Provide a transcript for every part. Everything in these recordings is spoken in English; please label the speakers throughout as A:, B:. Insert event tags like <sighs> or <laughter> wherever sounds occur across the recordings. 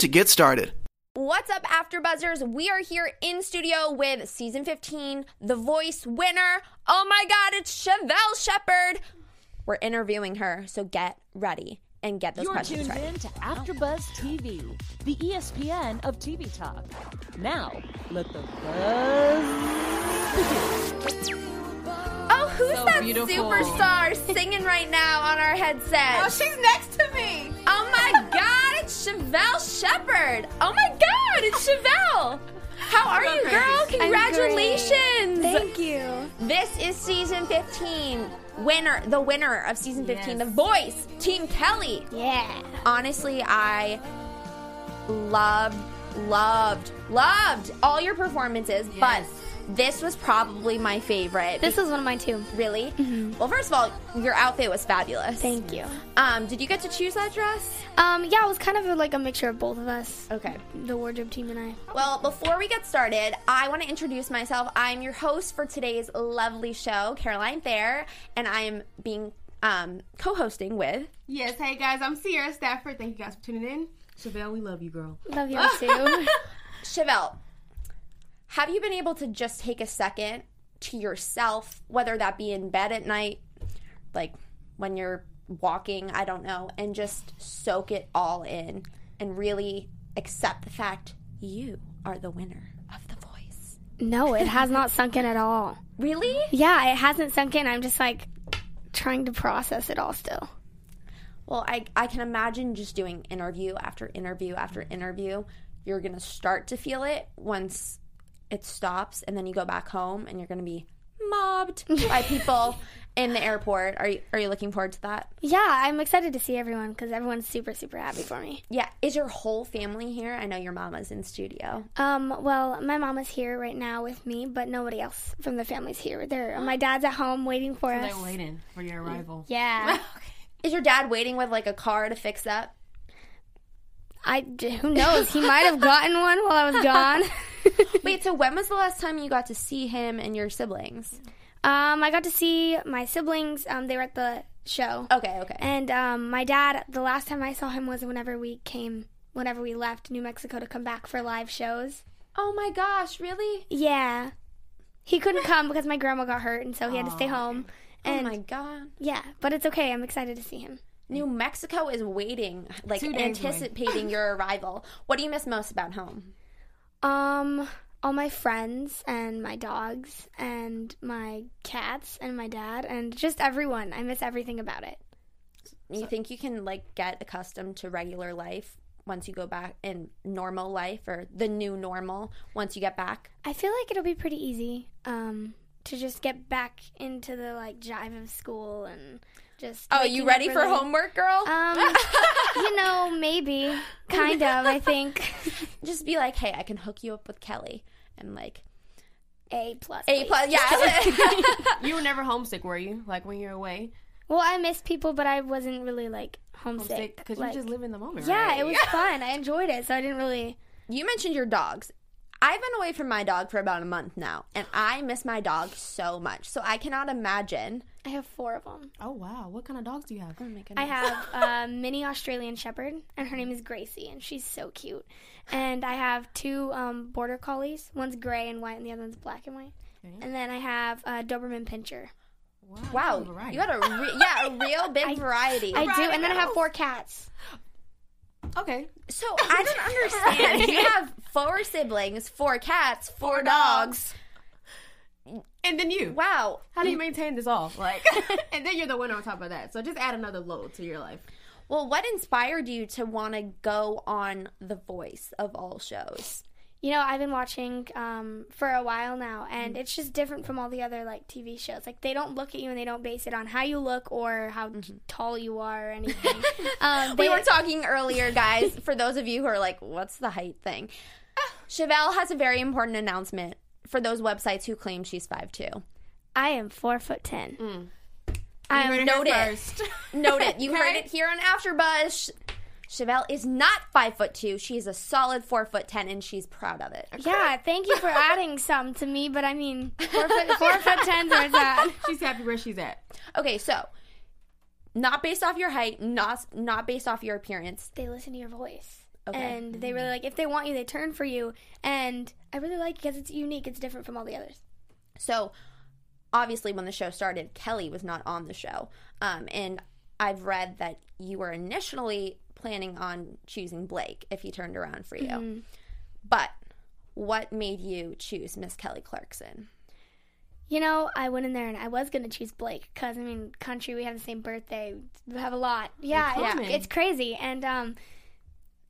A: to get started.
B: What's up, After Buzzers? We are here in studio with season 15, The Voice winner. Oh my God, it's Chevelle Shepherd. We're interviewing her, so get ready and get those
C: You're
B: questions
C: tuned
B: right.
C: in to AfterBuzz TV, the E ESPN of TV talk. Now, let the buzz begin.
B: Oh, who's
D: So
B: that
D: beautiful.
B: superstar singing right now on our headset?
D: Oh, she's next to me.
B: Oh my God, it's Chevelle Shepherd. Oh my God, it's Chevelle. How are you, girl? Congratulations.
E: Thank you.
B: This is season 15. Winner, the winner of season 15, The Voice, Team Kelly.
E: Yeah.
B: Honestly, I loved, loved, loved all your performances, but this was probably my favorite.
E: This is one of mine too.
B: really? Well, first of all, your outfit was fabulous.
E: Thank you.
B: Um, did you get to choose that dress?
E: Um, yeah, it was kind of like a mixture of both of us,
B: Okay.
E: the wardrobe team and I.
B: Well, before we get started, I want to introduce myself. I'm your host for today's lovely show, Caroline Thayer, and I am being um, co-hosting with.
D: Yes, hey guys, I'm Sierra Stafford. Thank you guys for tuning in. Chevelle, we love you, girl.
E: Love <laughs> you too.
B: Chevelle, have you been able to just take a second to yourself, whether that be in bed at night, like when you're walking, I don't know, and just soak it all in and really accept the fact you are the winner of The Voice?
E: no, it has not sunk in at all.
B: Really?
E: Yeah, it hasn't sunk in. I'm just like trying to process it all still.
B: Well, I, I can imagine just doing interview after interview after interview. You're going to start to feel it once it stops, and then you go back home and you're going to be mobbed by people in the airport. Are you, are you looking forward to that?
E: Yeah, I'm excited to see everyone because everyone's super, super happy for me.
B: Yeah. Is your whole family here? I know your mama's in studio.
E: Um, well, my mom is here right now with me, but nobody else from the family's here. They're, my dad's at home waiting for us.
D: waiting for your arrival.
E: <laughs> Yeah,
B: Is your dad waiting with like a car to fix up?
E: I who knows? He might have gotten one while I was <laughs> gone.
B: Wait, so when was the last time you got to see him and your siblings?
E: Um, I got to see my siblings. Um, they were at the show,
B: Okay, okay.
E: and um, my dad. The last time I saw him was whenever we came, whenever we left New Mexico to come back for live shows.
B: Oh my gosh, really?
E: Yeah, he couldn't come because my grandma got hurt, and so he had to stay home.
B: Oh
E: And
B: my god.
E: yeah, but it's okay. I'm excited to see him.
B: New Mexico is waiting, like
D: Two days away.
B: anticipating your arrival. What do you miss most about home?
E: Um, all my friends and my dogs and my cats and my dad and just everyone. I miss everything about it.
B: You think you can like get accustomed to regular life once you go back in normal life or the new normal once you get back?
E: I feel like it'll be pretty easy um, to just get back into the like jive of school and just.
B: Oh,
E: waking
B: you Uh,
E: up
B: ready for
E: early.
B: homework, girl? <laughs>
E: Um, you know, maybe, kind of.
B: <laughs>
E: I think
B: Just be like, hey, I can hook you up with Kelly, and like
E: A plus.
B: A
E: please.
B: plus, yeah.
F: You were never homesick, were you? Like when you're away,
E: Well, I miss people, but I wasn't really like homesick.
F: homesick because
E: like-
F: you just live in the moment.
E: Yeah,
F: right?
E: it was
F: <laughs>
E: fun. I enjoyed it, so I didn't really.
B: <laughs> You mentioned your dogs. I've been away from my dog for about a month now, and I miss my dog so much. So I cannot imagine.
E: I have four of them.
F: Oh wow, what kind of dogs do you have?
B: Oh my goodness.
E: I have a mini Australian Shepherd, and her name is Gracie, and she's so cute. And I have two um, Border Collies. One's gray and white, and the other one's black and white. And then I have a Doberman Pinscher.
B: Wow,
F: you have a variety.
B: you got a re- yeah, a <laughs> real big variety.
E: I do, and then I have four cats.
F: Okay,
B: so I don't understand. <laughs> you have four siblings, four cats, four, dogs.
F: and then you.
B: Wow.
F: How do you maintain this all? <laughs> Like,
D: and then you're the winner on top of that. So just add another load to your life.
B: Well, what inspired you to want to go on The Voice of all shows?
E: you know, I've been watching um, for a while now, and it's just different from all the other like TV shows. Like they don't look at you and they don't base it on how you look or how t- tall you are or anything. um,
B: We
E: they-
B: were talking earlier, guys, for those of you who are like, what's the height thing? <sighs> Chevelle has a very important announcement for those websites who claim she's 5'2.
E: I am four foot ten.
F: You
E: I am
F: heard Um, it here
B: noted.
F: <laughs> first.
B: Note it. <laughs> You heard it here on AfterBuzz. Chevelle is not 5'2. She is a solid 4'10 and she's proud of it.
E: Yeah, thank you for adding some to me, but I mean, four foot, four foot ten's where it's at.
F: she's happy where she's at.
B: Okay, so not based off your height, not not based off your appearance.
E: They listen to your voice.
B: Okay.
E: And they really like, if they want you, they turn for you. And I really like it because it's unique, it's different from all the others.
B: So, obviously, when the show started, Kelly was not on the show. Um, and I've read that you were initially planning on choosing Blake if he turned around for you. But what made you choose Miss Kelly Clarkson?
E: You know, I went in there and I was going to choose Blake because, I mean, country, we have the same birthday, we have a lot. Yeah, yeah.
F: common.
E: It's crazy. And um,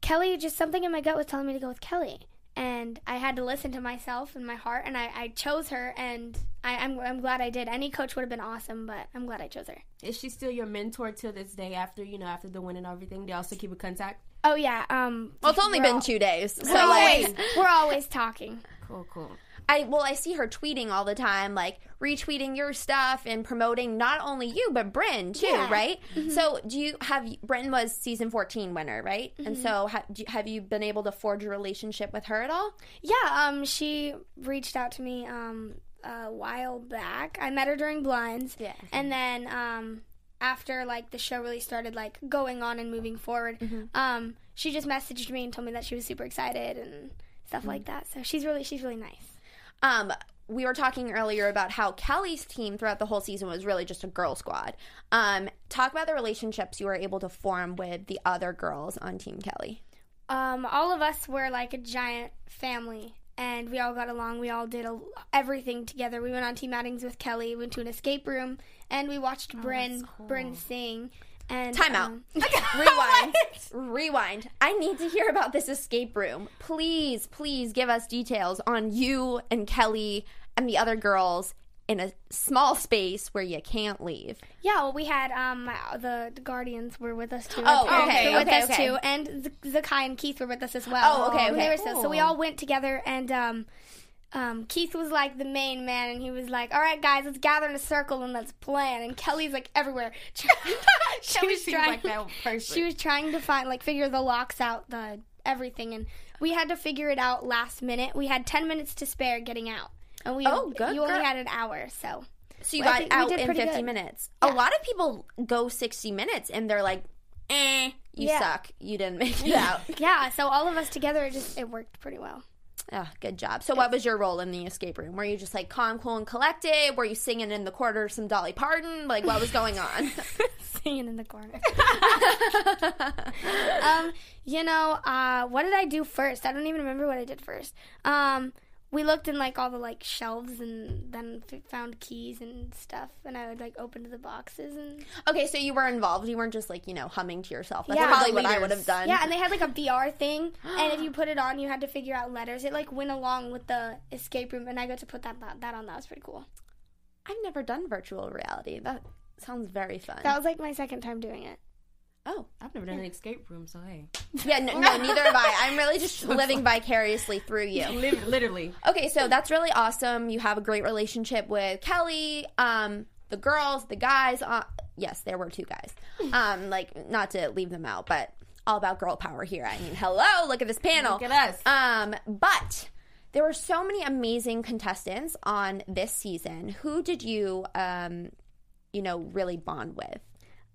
E: Kelly, just something in my gut was telling me to go with Kelly. And I had to listen to myself and my heart, and I, I chose her, and I, I'm, I'm glad I did. Any coach would have been awesome, but I'm glad I chose her.
F: Is she still your mentor to this day? After you know, after the win and everything, they also keep in contact.
E: Oh, yeah. Um,
B: Well, it's only
E: we're
B: been
E: al-
B: two days. So,
E: We're
B: like,
E: always, we're always talking.
F: Cool, cool.
B: I well, I see her tweeting all the time, like retweeting your stuff and promoting not only you but Bryn too,
E: Yeah.
B: right? So, do you have Bryn was season fourteen winner, right? And so, ha, do, you- have you been able to forge a relationship with her at all?
E: Yeah, um, she reached out to me um a while back. I met her during blinds.
B: Yeah.
E: And then um after like the show really started like going on and moving forward,
B: Mm-hmm.
E: um, she just messaged me and told me that she was super excited and stuff
B: Mm.
E: like that. So she's really she's really nice.
B: Um, we were talking earlier about how Kelly's team throughout the whole season was really just a girl squad. Um, talk about the relationships you were able to form with the other girls on Team Kelly.
E: Um, all of us were like a giant family. And we all got along. We all did a, everything together. We went on team outings with Kelly. We went to an escape room, and we watched Bryn Bryn sing. And
B: Oh, Time out.
E: um,
B: <laughs>
E: <laughs>
B: Rewind. Rewind. I need to hear about this escape room. Please, please give us details on you and Kelly and the other girls in a small space where you can't leave.
E: Yeah, well, we had um my- the, the guardians were with us too.
B: Oh,
E: Our
B: okay,
E: parents were with
B: okay,
E: us
B: okay.
E: too, and Z- Zakai and Keith were with us as well.
B: Oh, okay,
E: When they
B: okay.
E: were so, so we all went together, and um, um, Keith was like the main man, and he was like, "All right, guys, let's gather in a circle and let's plan." And Kelly's like everywhere. <laughs> she was
F: seems
E: trying. <laughs>
F: like that person.
E: she was trying to find like figure the locks out, the everything, and we had to figure it out last minute. We had ten minutes to spare getting out, and we
B: Oh, good
E: you only
B: girl.
E: had an hour, so.
B: So you
E: Well,
B: got
E: I think we
B: out
E: did
B: in
E: pretty
B: 50
E: good.
B: minutes. A lot of people go 60 minutes and they're like, eh, you
E: Yeah.
B: suck. You didn't make it out. <laughs>
E: Yeah, so all of us together, it just it worked pretty well.
B: Ah, good job. So what was your role in the escape room? Were you just like calm, cool, and collected? Were you singing in the corner some Dolly Parton? Like what was going on?
E: <laughs>
B: <laughs>
E: Singing in the corner. <laughs> um, you know, uh, what did I do first? I don't even remember what I did first. Um, we looked in like all the like shelves and then f- found keys and stuff, and I would like open the boxes and
B: Okay, so you were involved. You weren't just like you know humming to yourself. That's
E: Yeah.
B: probably
E: The
B: what I
F: leaders.
B: would have done.
E: yeah, and they had like a VR thing,
B: <gasps>
E: and if you put it on, you had to figure out letters. It like went along with the escape room, and I got to put that that, that on. That was pretty cool.
B: I've never done virtual reality. That sounds very fun.
E: That was like my second time doing it.
B: oh
F: I've never done an escape room, so hey,
B: yeah, no, no, neither have I. I'm really <laughs> just living vicariously through you.
F: Lit- literally.
B: Okay, so that's really awesome. You have a great relationship with Kelly, um, the girls, the guys. Uh, yes, there were two
F: <laughs>
B: guys. Um, like not to leave them out, but all about girl power here. I mean, hello, look at this panel.
F: Look at us.
B: Um, but there were so many amazing contestants on this season. Who did you, um, you know, really bond with?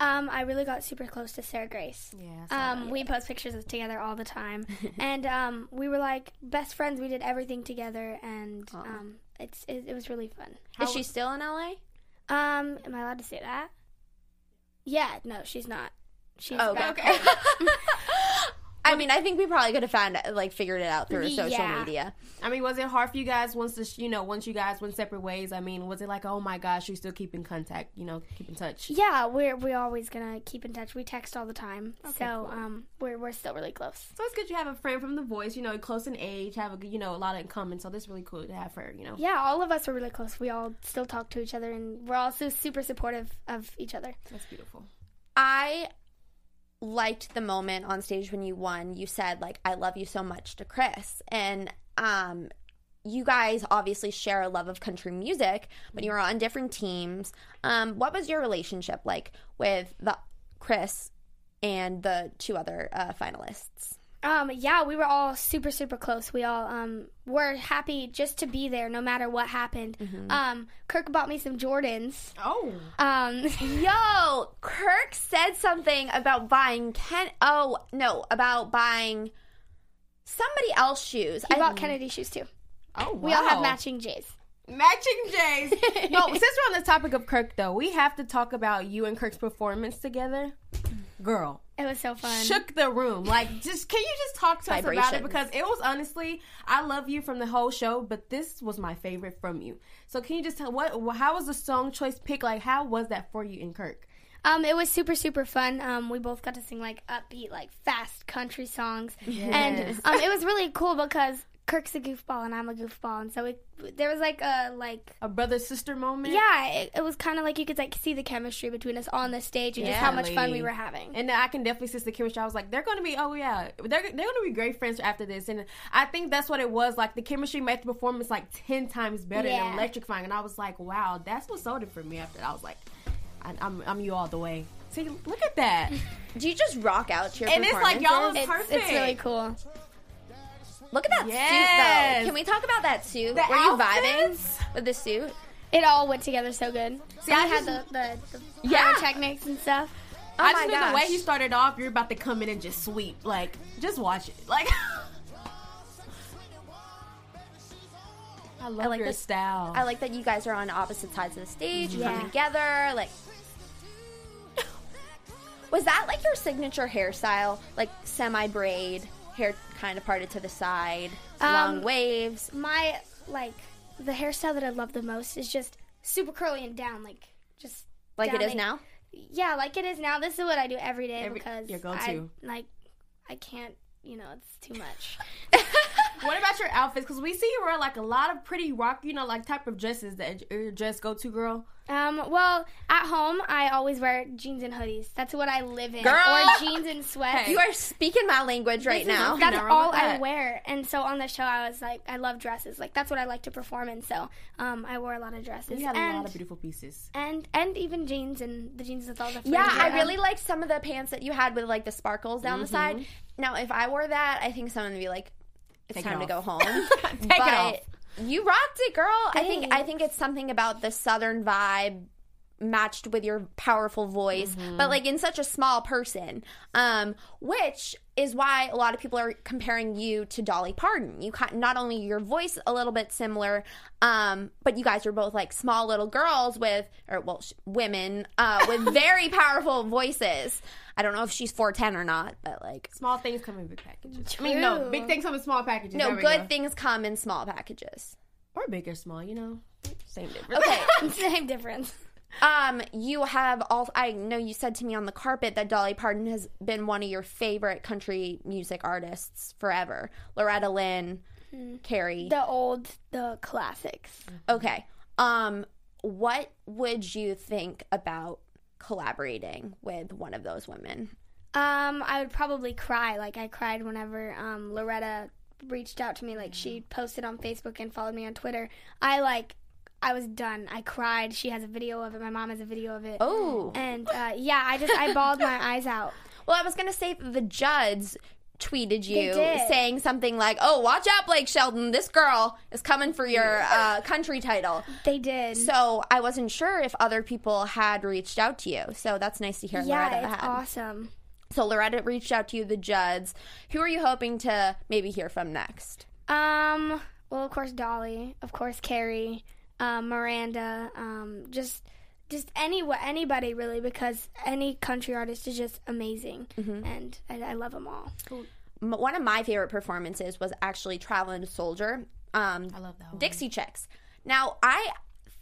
E: Um, I really got super close to Sarah Grace.
F: Yeah, I saw
E: Um, we post pictures of together all the
F: <laughs>
E: time, and um, we were like best friends. We did everything together, and um, it's it, it was really fun.
B: Is she still in LA?
E: Um, am I allowed to say that? Yeah, no, she's not. She's
F: <laughs>
B: Oh,
E: back
B: okay. I I mean, I think we probably could have found like figured it out through social
E: Yeah.
B: media.
F: I mean, was it hard for you guys once the sh- you know once you guys went separate ways? I mean, was it like oh my gosh, you still keep in contact, you know, keep in
E: <laughs>
F: touch?
E: Yeah, we're we're always gonna keep in touch. We text all the time, so um, we're we're still really close.
F: So it's good you have a friend from The Voice, you know, close in age, have a good- you know a lot in common. So that's really cool to have her, you know.
E: Yeah, all of us are really close. We all still talk to each other, and we're also super supportive of each other.
F: That's beautiful.
B: I liked the moment on stage when you won. You said like I love you so much to Chris and um you guys obviously share a love of country music when you were on different teams. Um what was your relationship like with the Chris and the two other uh, finalists?
E: Um, yeah, we were all super, super close. We all um, were happy just to be there, no matter what happened. Um, Kirk bought me some Jordans.
F: Mm-hmm. Oh,
E: Um, <laughs>
B: Yo, Kirk said something about buying Ken Oh, no, about buying somebody else's shoes.
E: he bought Kennedy shoes too.
F: oh,
E: We all have matching J's.
F: matching J's.
E: <laughs>
F: no, since we're on the topic of Kirk, though, we have to talk about you and Kirk's performance together. Girl,
E: It was so fun.
F: shook the room. Like, just can you just talk to us about
B: Vibrations.
F: it because it was honestly, I love you from the whole show, but this was my favorite from you. So can you just tell what? How was the song choice pick? Like, how was that for you and Kirk?
E: Um, it was super, super fun. Um, we both got to sing like upbeat, like fast country songs, and um, it was really cool because Kirk's a goofball and I'm a goofball, and so it, there was like a like
F: A brother sister moment.
E: Yeah, it, it was kind of like you could like see the chemistry between us on the stage and just how much fun we
F: Definitely.
E: were having.
F: And I can definitely sense the chemistry. I was like, they're going to be, oh yeah, they're, they're going to be great friends after this. And I think that's what it was. Like the chemistry made the performance like ten times better
E: Yeah.
F: and electrifying. And I was like, wow, that's what sold it for me. After that. I was like, I, I'm, I'm you all the way. See, look at that.
B: Do you just rock out to your
F: and it's like y'all
B: performances?
E: It's,
F: was perfect.
E: it's really cool.
B: Look at that
F: Yes.
B: suit, though. Can we talk about that suit?
F: The
B: Were
F: outfits?
B: you vibing with the suit?
E: It all went together so good.
F: See,
E: we
F: I
E: had
F: just-
E: the, the, the
F: Yeah.
E: check mix and stuff.
F: I
B: my
F: just knew the
B: gosh.
F: way he started off, you're about to come in and just sweep. Like, just watch it. Like. <laughs> I love
B: like
F: your
B: this-
F: style.
B: I like that you guys are on opposite sides of the stage. You
E: Yeah.
B: come together. Like, <laughs> was that like your signature hairstyle? Like semi braid, hair kind of parted to the side, long
E: Um,
B: waves.
E: My like the hairstyle that I love the most is just super curly and down, like just
B: Like
E: down
B: it is now.
E: Yeah, like it is now. This is what I do every day
F: Every-
E: because
F: your
E: I,
F: go-to.
E: like I can't. You know, it's too much. <laughs>
F: What about your outfits? Because we see you wear like a lot of pretty rock, you know, like type of dresses that your dress go to girl.
E: Um, well, at home I always wear jeans and hoodies. That's what I live in.
B: Girl!
E: Or jeans and sweats.
B: You are speaking my language right
F: This is
B: now.
F: okay.
E: That's
F: Nothing wrong
E: all
F: with
E: I
F: that.
E: wear. And so on the show, I was like, I love dresses. Like that's what I like to perform. And so um, I wore a lot of dresses.
F: You had a
E: and,
F: lot of beautiful pieces.
E: and and even jeans and the jeans with all the fringe.
B: Yeah, I
E: around.
B: really like some of the pants that you had with like the sparkles down the side. Now, if I wore that, I think someone would be like, "It's
F: Take it
B: time to go
F: off.
B: home."
F: Take it off.
B: You rocked it, girl. I think I think it's something about the southern vibe matched with your powerful voice,
F: Mm-hmm.
B: but like in such a small person, um, which is why a lot of people are comparing you to Dolly Parton. You ki- not only your voice a little bit similar, um, but you guys are both like small little girls with, or well, sh- women uh,
F: <laughs>
B: with very powerful voices. I don't know if she's four ten or not, but like,
F: Small things come in big packages. I mean, no, big things come in small packages.
B: no
F: There we
B: good
F: go.
B: things come in small packages.
F: or big or small, you know, same difference.
B: Okay.
E: <laughs> same difference.
B: Um, you have all. I know you said to me on the carpet that Dolly Parton has been one of your favorite country music artists forever. Loretta Lynn, Carrie.
E: Hmm. The old, the classics.
B: Okay. Um, what would you think about collaborating with one of those women?
E: Um, I would probably cry. Like I cried whenever um Loretta reached out to me. Like she posted on Facebook and followed me on Twitter. I like. I was done. I cried. She has a video of it. My mom has a video of it.
B: Oh,
E: And uh, yeah, I just I bawled my eyes out.
B: well, I was gonna say the Judds tweeted you
E: did.
B: saying something like, "Oh, watch out, Blake Shelton. This girl is coming
E: Mm.
B: for your uh, country title."
E: They did.
B: So I wasn't sure if other people had reached out to you. So that's nice to hear.
E: yeah,
B: Loretta
E: it's
B: had.
E: awesome.
B: So Loretta reached out to you, the Judds. Who are you hoping to maybe hear from next?
E: Um, well, of course Dolly, of course Carrie, um, Miranda, um, just just any anybody
B: Mm-hmm.
E: really because any country artist is just amazing, and I, I love them all.
B: m- one of my favorite performances was actually Traveling Soldier. Um,
F: I love that one.
B: Dixie Chicks. Now, I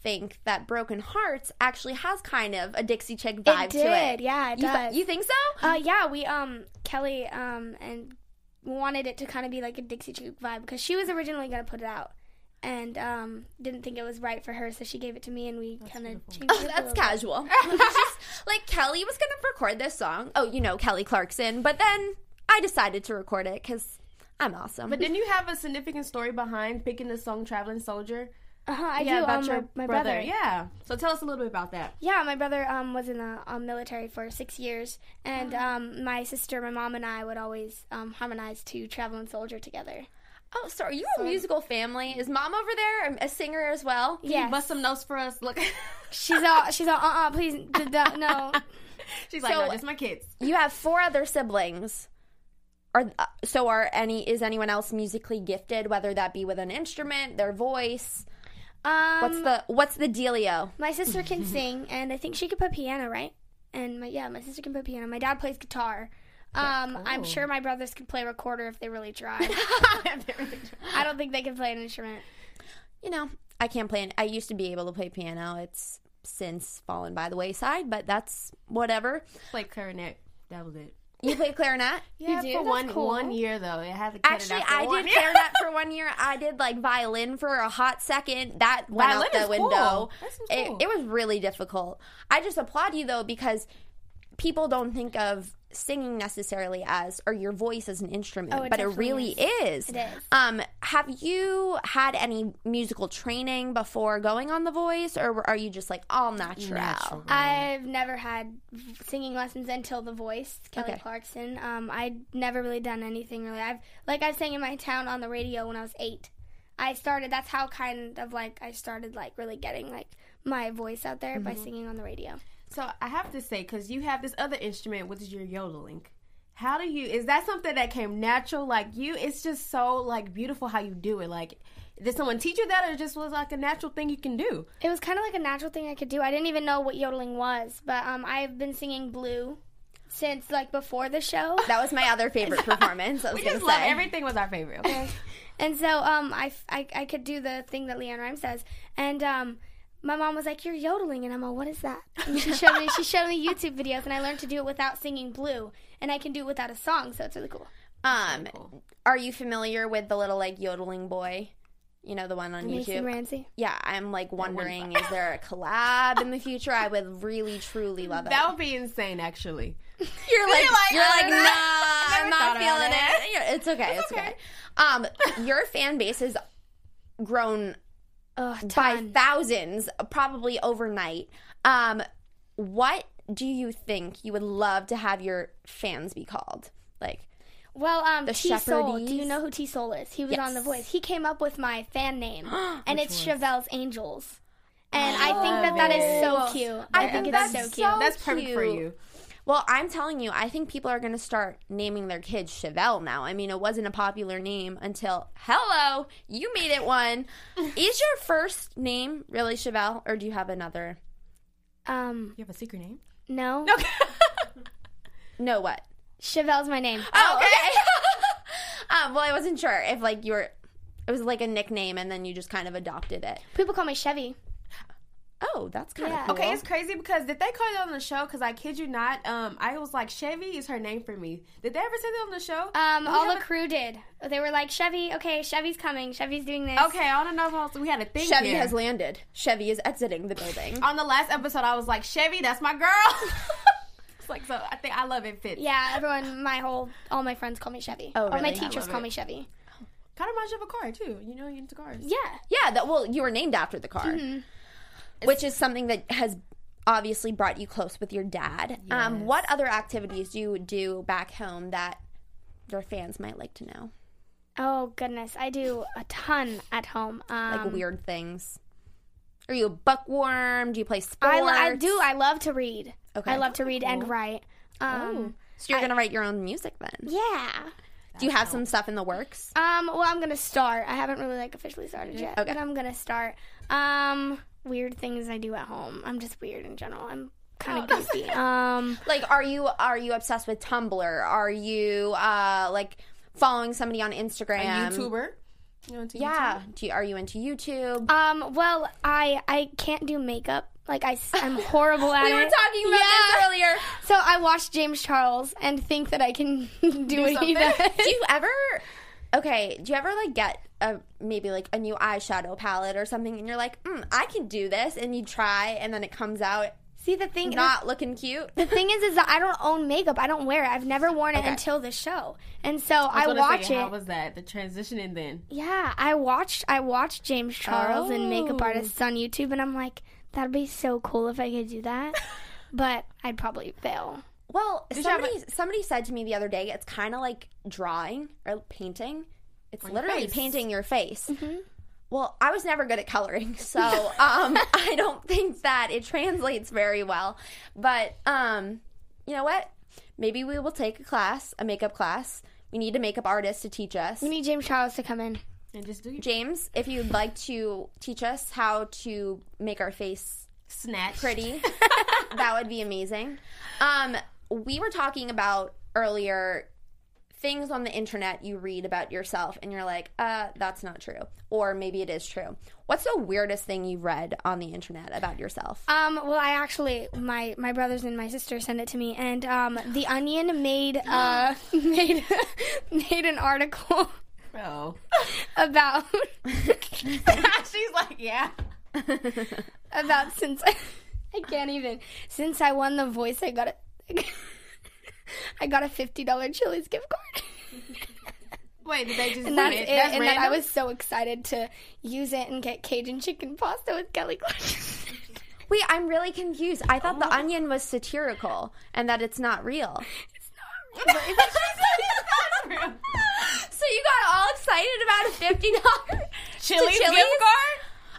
B: think that Broken Hearts actually has kind of a Dixie Chick vibe to it.
E: did, yeah, it
B: you
E: does.
B: you think so?
E: Uh, yeah, we um Kelly um and wanted it to kind of be like a Dixie Chick vibe because she was originally gonna put it out and um didn't think it was right for her, so she gave it to me and we kind of changed
B: <laughs>
E: it.
B: Oh, That's casual. It's just, like Kelly was gonna record this song. Oh, you know Kelly Clarkson, but then I decided to record it because I'm awesome.
F: But didn't you have a significant story behind picking the song "Traveling Soldier"?
E: Uh huh. I
F: yeah,
E: do.
F: about
E: um,
F: your
E: my, my
F: brother.
E: brother.
F: Yeah. So tell us a little bit about that.
E: Yeah, my brother um, was in the um, military for six years, and
B: Uh-huh.
E: um, my sister, my mom, and I would always um, harmonize to "Traveling Soldier"
B: <laughs>
E: together.
B: oh, so are you a musical family? Is mom over there a- a singer as well?
E: Yeah,
F: Bust some notes for us. <laughs> Look,
E: she's all she's all uh uh please d- d- no.
F: she's like,
B: So-
F: no, just my kids. <laughs>
B: You have four other siblings. Are uh, so are any is anyone else musically gifted? Whether that be with an instrument, their voice.
E: Um,
B: <laughs> What's <laughs> the what's the dealio?
E: my sister can sing, and I think she could play piano, right? And my yeah, my sister can play piano. My dad plays guitar. Um, I'm sure my brothers could play recorder if they really
B: <laughs>
E: tried. I don't think they can play an instrument.
B: You know, I can't play. An, I used to be able to play piano. It's since fallen by the wayside, but that's whatever.
F: Play clarinet. That was it.
B: You play <laughs> clarinet?
F: Yeah,
E: do?
F: for
E: That's
F: one
E: cool.
F: one year though, it had to cut
B: Actually,
F: it out for
B: I
F: one
B: did <laughs>
F: year.
B: clarinet for one year. I did like violin for a hot second. That went
F: Violin
B: out
F: is
B: the
F: cool.
B: window.
F: That seems
B: It,
F: cool.
B: it was really difficult. I just applaud you though because people don't think of singing necessarily as or your voice as an instrument,
E: Oh, it
B: but it
E: definitely
B: really is.
E: It is.
B: Um, have you had any musical training before going on The Voice, or are you just like all natural?
E: I've never had v- singing lessons until The Voice, Kelly
B: Okay.
E: Clarkson. Um, I'd never really done anything really. I've like I sang in my town on the radio when I was eight. I started. That's how kind of like I started like really getting like my voice out there by singing on the radio.
F: So I have to say, because you have this other instrument, which is your yodeling. How do you? Is that something that came natural, like you? It's just so like beautiful how you do it. Like, did someone teach you that, or just was like a natural thing you can do?
E: It was kind of like a natural thing I could do. I didn't even know what yodeling was, but um, I've been singing blue since like before the show.
B: That was my other
F: <laughs>
B: favorite performance. I was
F: We
B: gonna
F: just love
B: say.
F: everything was our <laughs> favorite. Okay.
E: And so um, I, f- I- I could do the thing that Leanne Rhymes does. And um, my mom was like, "You're yodeling," and I'm like, "What is that?" And she showed me she showed me YouTube videos, and I learned to do it without singing blue, and I can do it without a song, so it's really cool.
B: Um, are you familiar with the little like yodeling boy? You know the one on
E: Mason
B: YouTube.
E: Ramsey.
B: Yeah, I'm like wondering, is there a collab in the future? I would really truly love it.
F: that would be insane, actually.
B: you're like, you're
F: I
B: like,
F: don't
B: nah,
F: know.
B: I'm not
F: thought about
B: feeling it. You're- It's okay, it's, okay. Um, your fan base has grown
E: Oh,
B: by
E: ton.
B: thousands, probably overnight. Um, what do you think you would love to have your fans be called? Like,
E: Well, um,
B: The
E: T Soul. Do you
B: Shepherdess?
E: know who T Soul is? He was on The
B: Yes.
E: Voice. He came up with my fan <gasps> name, and it's Chevelle's Angels. And I think that that is so cute. I, think it's so cute.
F: That's perfect for
B: cute.
F: you.
B: Well, I'm telling you, I think people are going to start naming their kids Chevelle now. I mean, it wasn't a popular name until hello, you made it one. Is your first name really Chevelle, or do you have another?
E: um,
F: You have a secret name.
E: no,
F: <laughs>
B: No, what?
E: Chevelle's my name.
B: Oh, okay. <laughs> um, well, I wasn't sure if like you were. It was like a nickname, and then you just kind of adopted it.
E: People call me Chevy.
B: Oh, that's kind
E: Yeah.
B: of cool.
F: Okay, it's crazy because did they call you on the show? Because I kid you not, um, I was like Chevy is her name for me. Did they ever say that on the show?
E: Um,
F: We
E: all
F: have
E: the
F: a-
E: crew did. They were like, Chevy, okay, Chevy's coming. Chevy's doing this.
F: okay, I don't know if I was- we had a thing.
B: Chevy
F: here.
B: has landed. Chevy is exiting the building.
F: on the last episode, I was like, Chevy, that's my
E: <laughs>
F: girl. it's like, so I think I love it fits.
E: Yeah, everyone, my whole, all my friends call me Chevy.
B: Oh,
E: All my
B: really? I
E: teachers
F: love
E: call
F: it.
E: me Chevy.
F: Kind of reminds you of a car, too. You know, you're into cars.
E: Yeah.
B: Yeah, that well, you were named after the car,
E: Mm-hmm.
B: which is something that has obviously brought you close with your dad. Um, what other activities do you do back home that your fans might like to know,
E: Oh goodness, I do a ton at home. Um,
B: like weird things? Are you a bookworm? Do you play sports?
E: I, lo- I do. I love to read.
B: Okay.
E: I love to read and write. Um,
B: So you're gonna write your own music then?
E: yeah.
B: Do you have some stuff in the works?
E: Um, well, I'm gonna start. I haven't really like officially started yet, but I'm gonna start. Um, weird things I do at home. I'm just weird in general. I'm kind
F: Oh.
E: of goofy. Um,
B: Like, are you are you obsessed with Tumblr? Are you uh like following somebody on Instagram.
F: YouTuber. You into
B: Yeah. Do you, are you into YouTube?
E: Um, well, I I can't do makeup. Like I, am horrible at
B: we were
E: it.
B: talking about this earlier.
E: So I watch James Charles and think that I can <laughs> do, what he does.
B: <laughs> do you ever okay do you ever like get a maybe like a new eyeshadow palette or something and you're like mm, i can do this and you try and then it comes out
E: See the thing.
B: not looking cute <laughs>
E: the thing is, is that I don't own makeup. I don't wear it. I've never worn it until this show, and so I,
F: I was gonna
E: watch
F: say, How
E: it.
F: was that? The transitioning then.
E: yeah, I watched. I watched James Charles and makeup artists on YouTube, and I'm like, that'd be so cool if I could do that, but I'd probably fail.
B: well somebody somebody said to me the other day it's kind of like drawing or painting it's literally painting your face well i was never good at coloring <laughs> so um, i don't think that it translates very well but um, you know what maybe we will take a class a makeup class we need a makeup artist to teach us
E: We need James Charles to come in.
F: And just do your
B: James, if you'd like to teach us how to make our face
F: snatch.
B: <laughs> pretty, that would be amazing. Um, we were talking about earlier things on the internet you read about yourself and you're like, uh, that's not true. Or maybe it is true. What's the weirdest thing you read on the internet about yourself?
E: Um, well, I actually my my brothers and my sister sent it to me, and um, the Onion made
F: <gasps>
E: uh <laughs> made made an article
F: <laughs>
E: <laughs>
F: Oh. <laughs>
E: about <laughs>
F: She's like, yeah.
E: about since I, I can't even since I won the voice, I got a <laughs> I got a fifty dollar Chili's gift card. <laughs>
F: Wait, did they just
E: And
F: do
E: that's
F: it?
E: it.
F: That's
E: and then I
F: random? <laughs>
E: was so excited to use it and get Cajun chicken pasta with Kelly Clarkson. <laughs>
B: Wait, I'm really confused. I thought the onion was satirical and that it's not real. so you got all excited about a fifty dollar
F: Chili's gift card?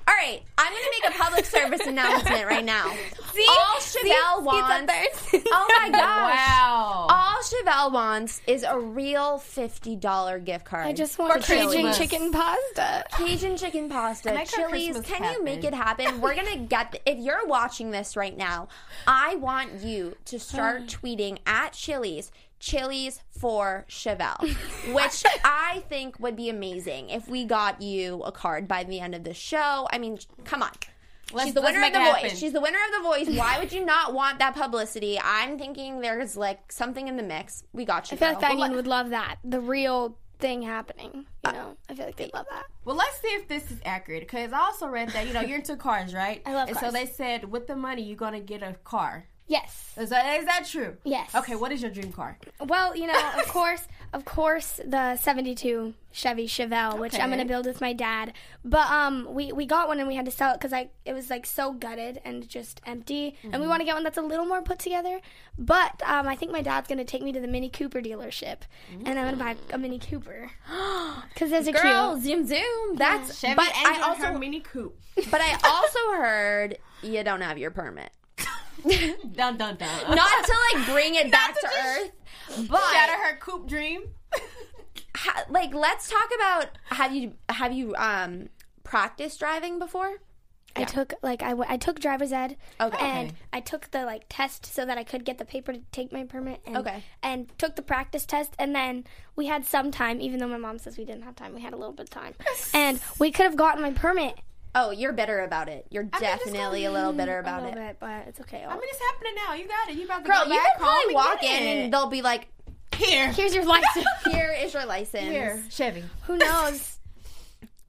B: All right, I'm gonna make a public service announcement right <laughs> now. all Chevelle wants. Oh my
F: <laughs>
B: gosh!
F: Wow.
B: All Chevelle wants is a real fifty dollar gift card.
E: I just want Cajun
F: Christmas.
E: chicken pasta.
B: Cajun chicken pasta,
F: make our
B: chilies.
F: Christmas
B: Can you
F: happen.
B: make it happen? We're gonna get. The, if you're watching this right now, I want you to
E: <sighs>
B: start tweeting at Chili's. Chili's for Chevelle,
E: <laughs>
B: which I think would be amazing if we got you a card by the end of the show. I mean, come on. She's the
F: let's
B: winner of
F: make
B: the
F: it happen.
B: voice. She's the winner of the voice. Why would you not want that publicity? I'm thinking there's like something in the mix. We got you.
E: I feel like
B: girl.
E: the Onion would love that. The real thing happening. You know, I feel like they love that.
F: Well, let's see if this is accurate because I also read that you know you're into cars, right? I
E: love
F: and
E: cars.
F: so they said with the money you're gonna get a car.
E: Yes.
F: Is that, is that true?
E: Yes.
F: Okay. What is your dream car?
E: Well, you know, of <laughs> course, of course, the '72 Chevy Chevelle, which I'm gonna build with my dad. But um, we we got one and we had to sell it because I it was like so gutted and just empty. And we want to get one that's a little more put together. But um, I think my dad's gonna take me to the Mini Cooper dealership, and I'm gonna buy a Mini <gasps> Cooper because there's a
B: Girl, zoom
E: cute.
B: zoom. That's
F: Chevy
B: but
F: Angel
B: I also
F: her Mini Coupe.
B: But I also heard you don't have your
F: <laughs>
B: permit.
F: Dun dun dun.
B: Not to like bring it back to, earth, but
F: shatter her coupe dream.
B: ha- like let's talk about have you have you um practiced driving before?
E: I took like I, w- I took driver's ed
B: Okay.
E: and I took the like test so that I could get the paper to take my permit and
B: Okay.
E: and took the practice test and then we had some time even though my mom says we didn't have time we had a little bit of time and we could have gotten my permit
B: Oh, you're bitter about it. You're definitely a little bitter
E: a
B: about
E: little
B: it.
E: bit but it's okay.
F: I mean, it's happening now. You got it. You about to
B: Girl,
F: go
B: you
F: back
B: can probably
F: home
B: walk in
F: and get
B: and they'll be like,
F: it.
E: <laughs>
F: here.
E: Here's
B: <laughs>
E: your license.
B: "Here is your license."
F: Here, Chevy.
E: Who knows?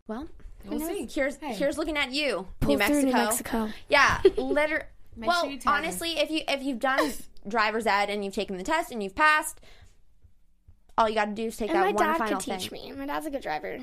B: Well,
F: We'll see.
B: here's here's looking at you, New
E: Pull through
B: Mexico.
E: New Mexico.
B: Yeah, liter. well,
F: sure you tag
B: honestly, if you if you've done driver's ed and you've taken the test and you've passed, all you got to do is take
E: And
B: that
E: my
B: one
E: dad
B: final
E: could teach
B: thing.
E: me. My dad's a good driver.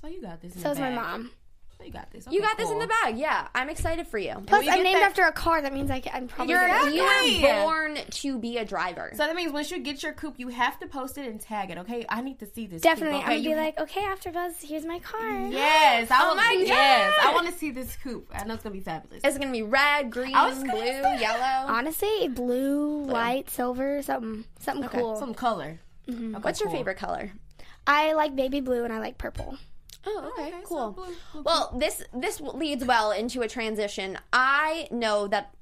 F: So you got this. In
E: So
F: the
E: is my
F: bag.
E: mom.
F: So you got this.
B: You
F: Okay,
B: got this in
F: cool.
B: the bag. Yeah, I'm excited for you.
E: Plus,
F: you
E: I'm
F: get
E: named
F: that-
E: after a car. That means I can, I'm probably
B: You're
E: gonna-
B: you
F: Okay.
B: were born to be a driver.
F: So that means once you get your coupe, you have to post it and tag it. Okay, I need to see this.
E: definitely.
F: coupe,
E: I
F: okay?
E: would
F: You-
E: be like, okay, after Buzz, here's my car.
F: yes, I
B: Oh
F: want.
B: my
F: yes,
B: God.
F: I want to see this coupe. I know it's gonna be fabulous.
B: it's gonna be red, green,
F: I was
B: blue,
F: gonna
B: yellow.
F: say-
B: Um,
E: <laughs> Honestly, blue, white, silver, something, something cool.
F: Some color. Okay,
B: What's your
F: cool.
B: favorite color?
E: I like baby blue and I like purple.
B: Oh, okay,
F: so
B: cool.
F: blue, blue,
B: Well, this this leads well into a transition. I know that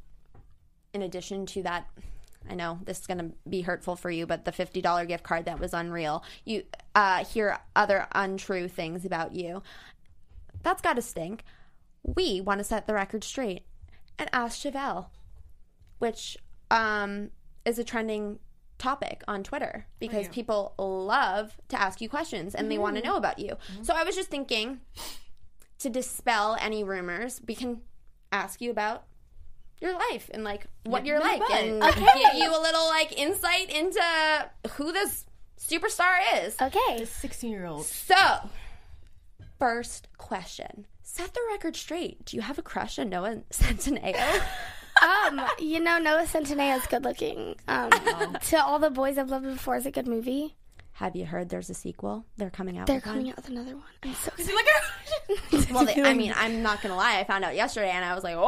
B: in addition to that I know this is going to be hurtful for you, but the fifty dollar gift card that was unreal. You uh, hear other untrue things about you. That's got to stink. We want to set the record straight and ask Chevelle, which um, is a trending topic on Twitter because people love to ask you questions and they want to know about you. So I was just thinking to dispel any rumors, we can ask you about your life and like what you're like and give you a little like insight into who this superstar is.
E: Okay.
F: 16 year old.
B: So, first question. Set the record straight. Do you have a crush on Noah
E: <laughs>
B: Centineo?
E: Um, you know, Noah Centineo is good looking. Um, to all the boys I've loved before is a good movie.
B: have you heard there's a sequel? They're coming out.
E: They're
B: with one?
E: coming out with another one. I'm so excited.
B: Well, they, I mean, I'm not gonna lie. I found out yesterday, and I was like, "Whoa,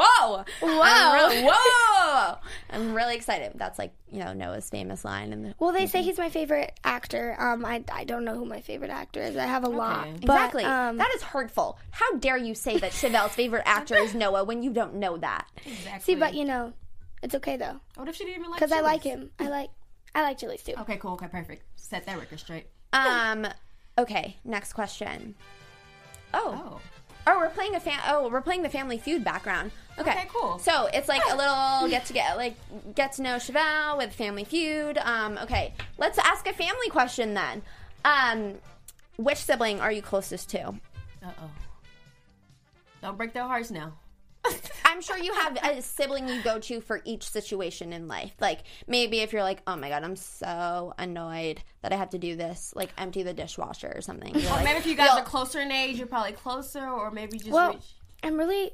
B: whoa, I'm
E: <laughs>
B: really, whoa!" I'm really excited. That's like you know Noah's famous line, and the,
E: <laughs> Well, they say he's my favorite actor. Um, I, I don't know who my favorite actor is. I have a lot. But,
B: exactly.
E: Um,
B: that is hurtful. How dare you say that Chevelle's favorite actor is Noah when you don't know
E: <laughs>
B: that?
E: see, but you know, it's okay though,
F: What if she didn't even like
E: because I
F: Julius?
E: like him. I like I like Julius too.
F: Okay, cool. Okay, perfect. Set that record straight.
B: Um. Okay. Next question. Oh.
F: Oh.
B: Oh, we're playing a fam. Oh, we're playing the Family Feud background. Okay.
F: Okay, cool.
B: So it's like a little get to get like get to know Chevelle with Family Feud. Um. Okay. Let's ask a family question then. Um. Which sibling are you closest to?
F: Uh oh. Don't break their hearts now.
B: I'm sure you have a sibling you go to for each situation in life. Like maybe if you're like, oh my god, I'm so annoyed that I have to do this, like empty the dishwasher or something. You're like-
F: Maybe if you guys
B: Yo.
F: are closer in age, you're probably closer, or maybe just
E: Well-
F: reach
E: I'm really,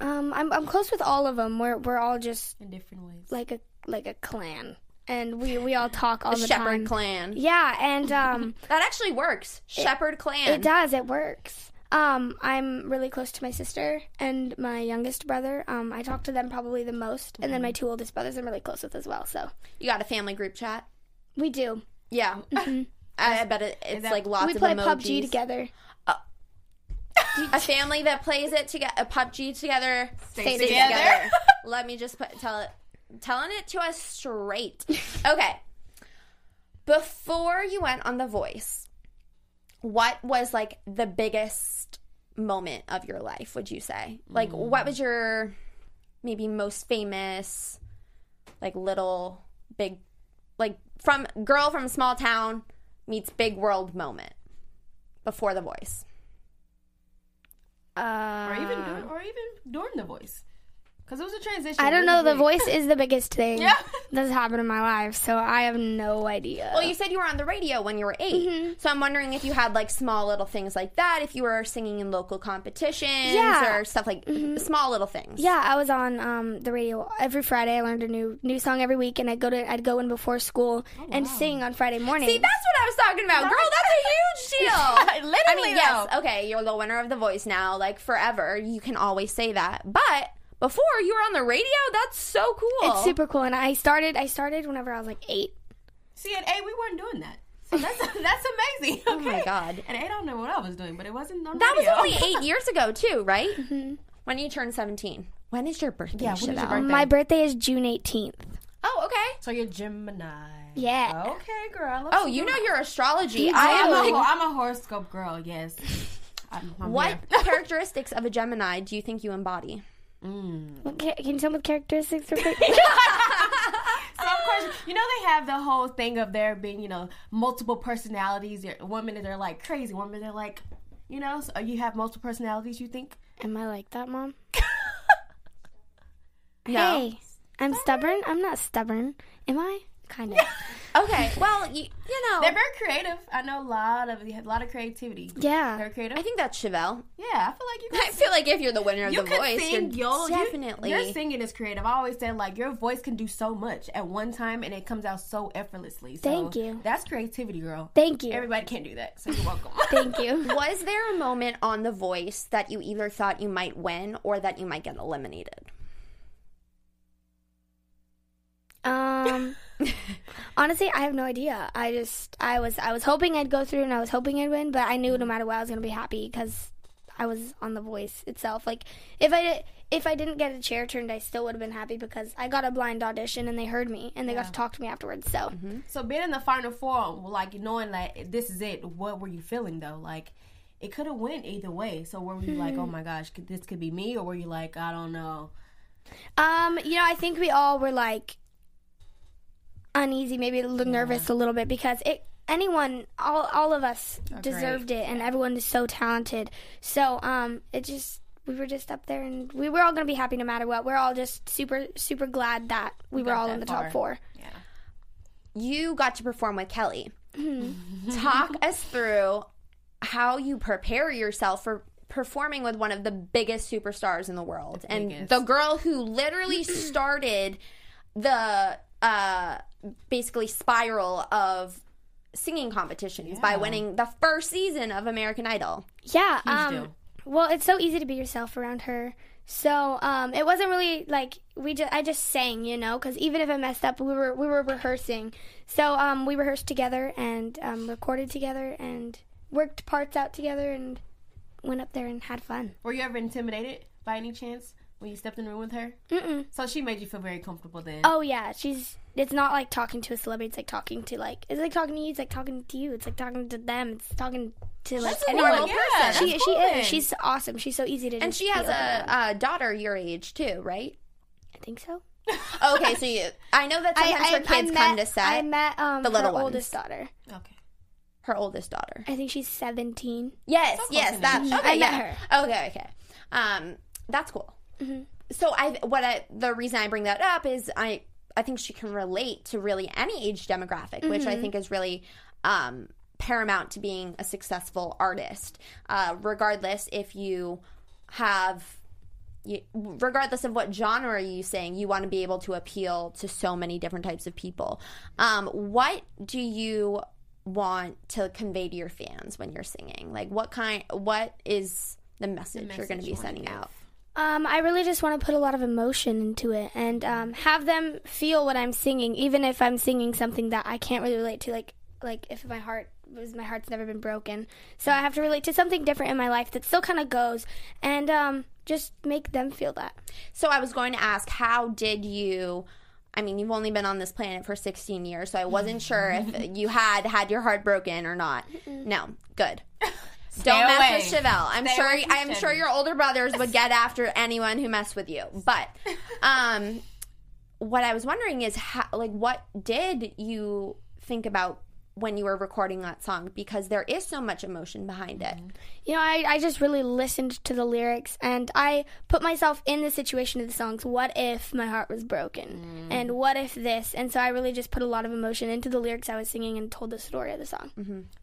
E: um, I'm I'm close with all of them. We're we're all just
F: in different ways.
E: like a like a clan, and we we all talk all the,
B: Shepherd
E: time.
B: clan.
E: Yeah, and um,
B: That actually works. Shepherd <laughs> clan.
E: it does. It works. Um, I'm really close to my sister and my youngest brother. Um, I talk to them probably the most, and
B: Mm-hmm.
E: then my two oldest brothers I'm really close with as well. So
B: You got a family group chat?
E: we do.
B: Yeah. I I bet it, it's like lots
E: Mm-hmm. we
B: of
E: play
B: emojis.
E: PUBG together.
B: A family that plays it together, PUBG together, stays
F: together.
B: Let me just put, tell it, telling it to us straight. Okay. Before you went on The Voice, what was like the biggest moment of your life? Would you say? Like, what was your maybe most famous, like little big, like from girl from small town meets big world moment before The Voice?
E: Uh,
F: or even dur- or even during the voice, because it was a transition.
E: I don't
F: It
E: know.
F: was
E: The
F: big.
E: voice is the
B: <laughs>
E: biggest thing
F: Yeah.
E: that's happened in my life, so I have no idea.
B: Well, you said you were on the radio when you were 8 so I'm wondering if you had like small little things like that, if you were singing in local competitions
E: Yeah.
B: or stuff like small little things.
E: yeah, I was on um, the radio every Friday. I learned a new new song every week, and I would go to I'd go in before school and sing on Friday morning.
B: Oh, See, that's what I was talking about, girl. That's a <laughs> huge deal.
F: Literally,
B: I mean, yes, okay, you're the winner of the voice now, like forever. You can always say that, but before you were on the radio, that's so cool.
E: it's super cool. And I started I started whenever I was like eight.
F: See, at eight, we weren't doing that. So that's <laughs> that's amazing. Okay.
B: Oh my god,
F: At eight, I don't know what I was doing, but it wasn't on
B: that was
F: radio.
B: only eight years ago, too, right? When you turned 17. Mm-hmm. When is your birthday? Yeah,
F: when is your birthday?
E: My birthday is June eighteenth.
B: Oh, okay.
F: So you're Gemini.
E: Yeah.
F: Okay, girl. Let's
B: Oh, you know your astrology. I
F: I
B: am like
F: am a, I'm a horoscope girl.
B: <laughs>
F: Yes. I'm, I'm
B: What <laughs>
F: here.
B: characteristics of a Gemini do you think you embody?
E: What ca- Oh. can you tell me the characteristics real quick?
B: <laughs>
F: So of course, you know they have the whole thing of there being, you know, multiple personalities. You're- One minute they're like crazy, one minute they're like, you know, so you have multiple personalities. You think?
E: Am I like that, mom?
B: <laughs> No.
E: Hey, I'm stubborn. I'm not stubborn. Am I? Kind
B: <laughs>
E: of.
B: Okay. Well, you, you know,
F: They're very creative. I know a lot of you have a lot of creativity.
E: Yeah.
F: They're creative.
B: I think that's Chevelle.
F: yeah, I feel like you
B: <laughs> I
F: guys.
B: feel like if you're the winner of
F: You
B: the
F: can
B: voice,
F: sing,
B: you're
F: yo. You-
B: definitely.
F: your singing is creative. I always say like your voice can do so much at one time, and it comes out so effortlessly. So
E: Thank you.
F: That's creativity, girl.
E: Thank you.
F: Everybody can't do
E: <laughs>
F: that, so you're welcome.
E: Thank you.
B: was there a moment on The Voice that you either thought you might win or that you might get eliminated?
E: Um, honestly, I have no idea. I just, I was, I was hoping I'd go through, and I was hoping I'd win, but I knew no matter what, I was gonna be happy because I was on The Voice itself. Like if I did, if I didn't get a chair turned, I still would have been happy because I got a blind audition and they heard me and they got to talk to me afterwards. So
F: <laughs> So being in the final four, like knowing that this is it, what were you feeling though? Like it could have went either way. So were you like, oh
E: Hmm.
F: my gosh, could- this could be me, or were you like, I don't know?
E: um, you know, I think we all were like uneasy, maybe a little nervous a little bit because it anyone all all of us deserved it and everyone is so talented. So, um, it just we were just up there and we were all going to be happy no matter what. We're all just super super glad that we were all in the top 4.
B: you got to perform with Kelly. <laughs> Talk us through how you prepare yourself for performing with one of the biggest superstars in the world and the girl who <clears throat> literally started the uh basically spiral of singing competitions by winning the first season of American Idol.
E: Yeah. Um, well, it's so easy to be yourself around her. So um, it wasn't really like we. Just, I just sang, you know, because even if I messed up, we were we were rehearsing. So um, we rehearsed together and um, recorded together and worked parts out together and went up there and had fun.
F: Were you ever intimidated by any chance when you stepped in the room with her? So she made you feel very comfortable then.
E: Oh yeah, she's. It's not like talking to a celebrity. It's like talking to like. It's like talking to you. It's like talking to you. It's like talking to them. It's talking to like
B: a
E: anyone.
B: normal
F: yeah,
E: She she
F: that's cool then.
E: is. She's awesome. She's so easy to.
B: And
E: just
B: she
E: be
B: has
E: around.
B: a, uh daughter your age too, right? <laughs>
E: I think so.
B: Okay, so you, I know that sometimes her kids
E: met,
B: come to set.
E: I met um,
B: the little
E: her
B: ones.
E: oldest daughter.
F: okay.
B: her oldest daughter.
E: I think she's 17.
B: Yes, yes, that. Okay,
E: I met
B: yeah. Okay, okay. Um, that's cool.
E: Mm-hmm.
B: So I, what I, the reason I bring that up is I, I think she can relate to really any age demographic, which
E: Mm-hmm.
B: I think is really, um, paramount to being a successful artist. Uh, regardless if you have you, regardless of what genre you sing, you want to be able to appeal to so many different types of people. Um, what do you want to convey to your fans when you're singing? Like, what kind? What is the message, you're going to be sending out?
E: Um, I really just want to put a lot of emotion into it and um, have them feel what I'm singing, even if I'm singing something that I can't really relate to, like like if my heart was my heart's never been broken. So I have to relate to something different in my life that still kind of goes, and um, just make them feel that.
B: So I was going to ask, how did you? I mean, you've only been on this planet for 16 years, so I wasn't sure if you had had your heart broken or not. No, good. Don't mess with Chevelle. I'm sure. I'm sure your older brothers would get after anyone who messed with you. But, um, what I was wondering is, how, like, what did you think about when you were recording that song? Because there is so much emotion behind it.
E: You know, I, I just really listened to the lyrics and I put myself in the situation of the songs. What if my heart was broken?
F: Mm.
E: And what if this? And so I really just put a lot of emotion into the lyrics I was singing and told the story of the song.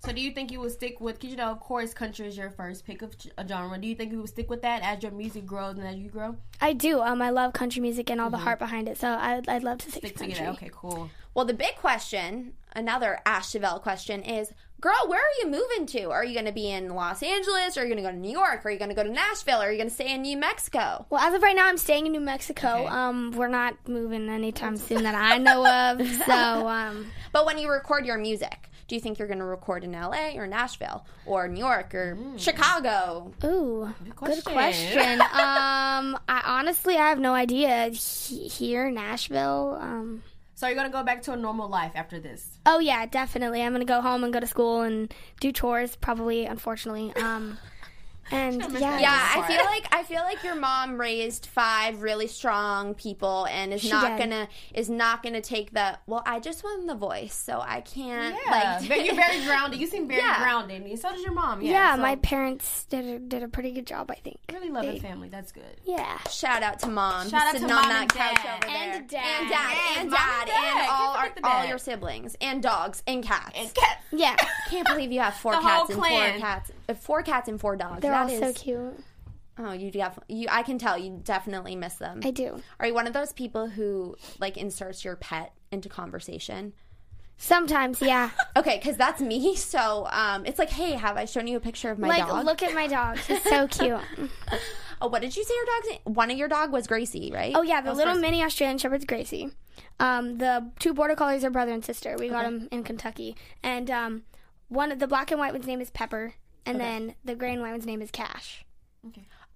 F: So do you think you will stick with? Cause you know, of course, country is your first pick of g- a genre. Do you think you will stick with that as your music grows and as you grow?
E: I do. Um, I love country music and all the heart behind it. So I, I'd love to sing
F: Mm-hmm. Stick
E: country.
F: together. Okay, cool.
B: Well, the big question, another Ash Chevelle question is, girl, where are you moving to? Are you going to be in Los Angeles? Are you going to go to New York? Are you going to go to Nashville? Are you going to stay in New Mexico?
E: Well, as of right now, I'm staying in New Mexico. Um, we're not moving anytime soon that
F: <laughs>
E: I know of. So um,
B: But when you record your music, do you think you're going to record in LA or Nashville or New York or
F: Hmm.
B: Chicago?
E: Ooh, good
F: <laughs>
E: question. um, I honestly, I have no idea. He, here, Nashville. Um,
F: So you're gonna go back to a normal life after this.
E: oh yeah, definitely. I'm gonna go home and go to school and do chores, probably. Unfortunately, um, and yeah,
B: Yeah, I feel like I feel like your mom raised five really strong people and is not
E: did.
B: gonna is not gonna take the well. I just won the voice, so I can't
F: Yeah,
B: Uh, like
F: but you're
B: <laughs>
F: very grounded. You seem very
B: Yeah.
F: grounded, and so does your mom. Yeah,
E: yeah.
F: so
E: my parents did a, did a pretty good job, I think.
F: really love the family. That's good.
E: Yeah.
B: Shout out to mom.
F: Shout out
B: sitting
F: to
B: on
F: mom
B: that
F: and
B: couch
F: dad.
B: over there.
E: And dad.
B: And dad.
F: Yes,
B: and
F: mom
B: dad.
F: and dad.
B: And all,
F: Can't
B: our,
F: forget the
B: all
F: dad.
B: your siblings. And dogs. And cats.
E: Yeah,
B: <laughs> Can't believe you have four
F: The whole
B: cats and four
F: clan.
B: cats. uh, Four cats and four dogs.
E: they're
B: That
E: all
B: is-
E: so cute.
B: Oh, you definitely. You, I can tell you definitely miss them.
E: I do.
B: Are you one of those people who like inserts your pet into conversation?
E: Sometimes, yeah.
B: Okay, because that's me. <laughs> So um, it's like, hey, have I shown you a picture of my
E: like,
B: dog?
E: look at my dog. She's so cute.
B: Oh, what did you say your dog's name? One of your dog was Gracie, right?
E: Oh yeah, the little mini Australian Shepherd's Gracie. Um, the two border collies are brother and sister. We got 'em got them in Kentucky, and um, one of the black and white one's name is Pepper, and then the gray and white one's name is Cash.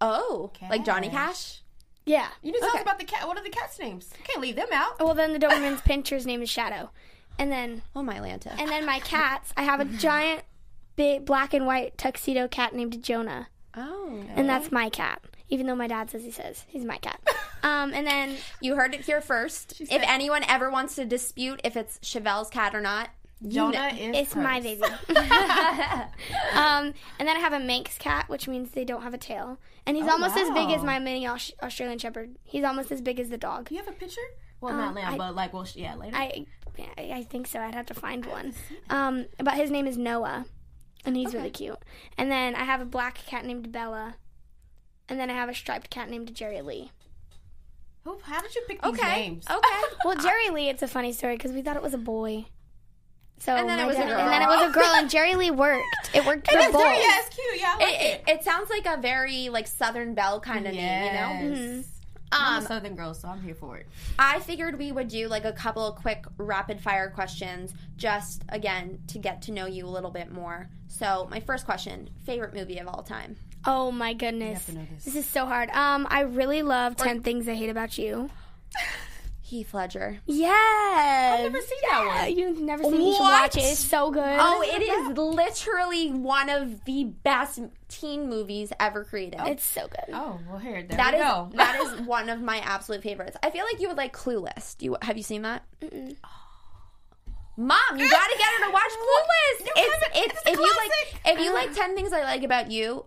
B: Oh, like Johnny Cash?
E: Yeah.
F: You didn't tell us about the cat. What are the cat's names? You can't leave them out.
E: Oh, Well, then the Doberman's pincher's name is Shadow, and then
B: Oh my Lanta.
E: and then my cats. I have a giant, big black and white tuxedo cat named Jonah.
B: oh.
E: and that's my cat. Even though my dad says he says he's my cat. Um, and then
B: You heard it here first. if anyone ever wants to dispute if it's Chevelle's cat or not, you
F: Jonah
B: know-
F: is
E: it's my
F: first.
E: baby. um, and then I have a Manx cat, which means they don't have a tail, and he's almost as big as my mini Aus- Australian Shepherd. He's almost as big as the dog.
F: You have a picture? Well,
B: Um,
F: not now,
E: I-
F: but like, well, sh- yeah, later.
E: I, I I think so. I'd have to find one. Um, but his name is Noah, and he's really cute. And then I have a black cat named Bella, and then I have a striped cat named Jerry Lee.
F: Who, how did you pick these
B: okay.
F: names?
B: <laughs> Okay.
E: Well, Jerry Lee, it's a funny story because we thought it was a boy. So
B: And then
E: my
B: it was a
E: dad-
B: girl.
E: and then it was a girl, and Jerry Lee worked.
B: <laughs>
E: It worked for both.
F: Yeah, it's cute. Yeah, I like
B: it, it, it sounds like a very like Southern Belle kind of name, you know.
F: I'm
B: Um,
F: a Southern girl, so I'm here for it.
B: I figured we would do like a couple of quick rapid fire questions, just again to get to know you a little bit more. So, my first question: favorite movie of all time?
E: Oh my goodness, this. is so hard. Um, I really love Ten Things I Hate About You.
B: Heath Ledger.
E: Yes, I've
F: never seen that one.
E: You've never seen. it. You should watch it. It's so good.
B: Oh, it is literally one of the best teen movies ever created.
E: it's so good.
F: Oh, well, here, there
B: that
F: we
B: is
F: go.
B: <laughs> that is one of my absolute favorites. I feel like you would like Clueless. Do you have you seen that? Mom, you gotta get her to
F: <laughs>
B: watch Clueless. It's, it's, if you like if you
F: Uh.
B: like Ten Things I Like About You,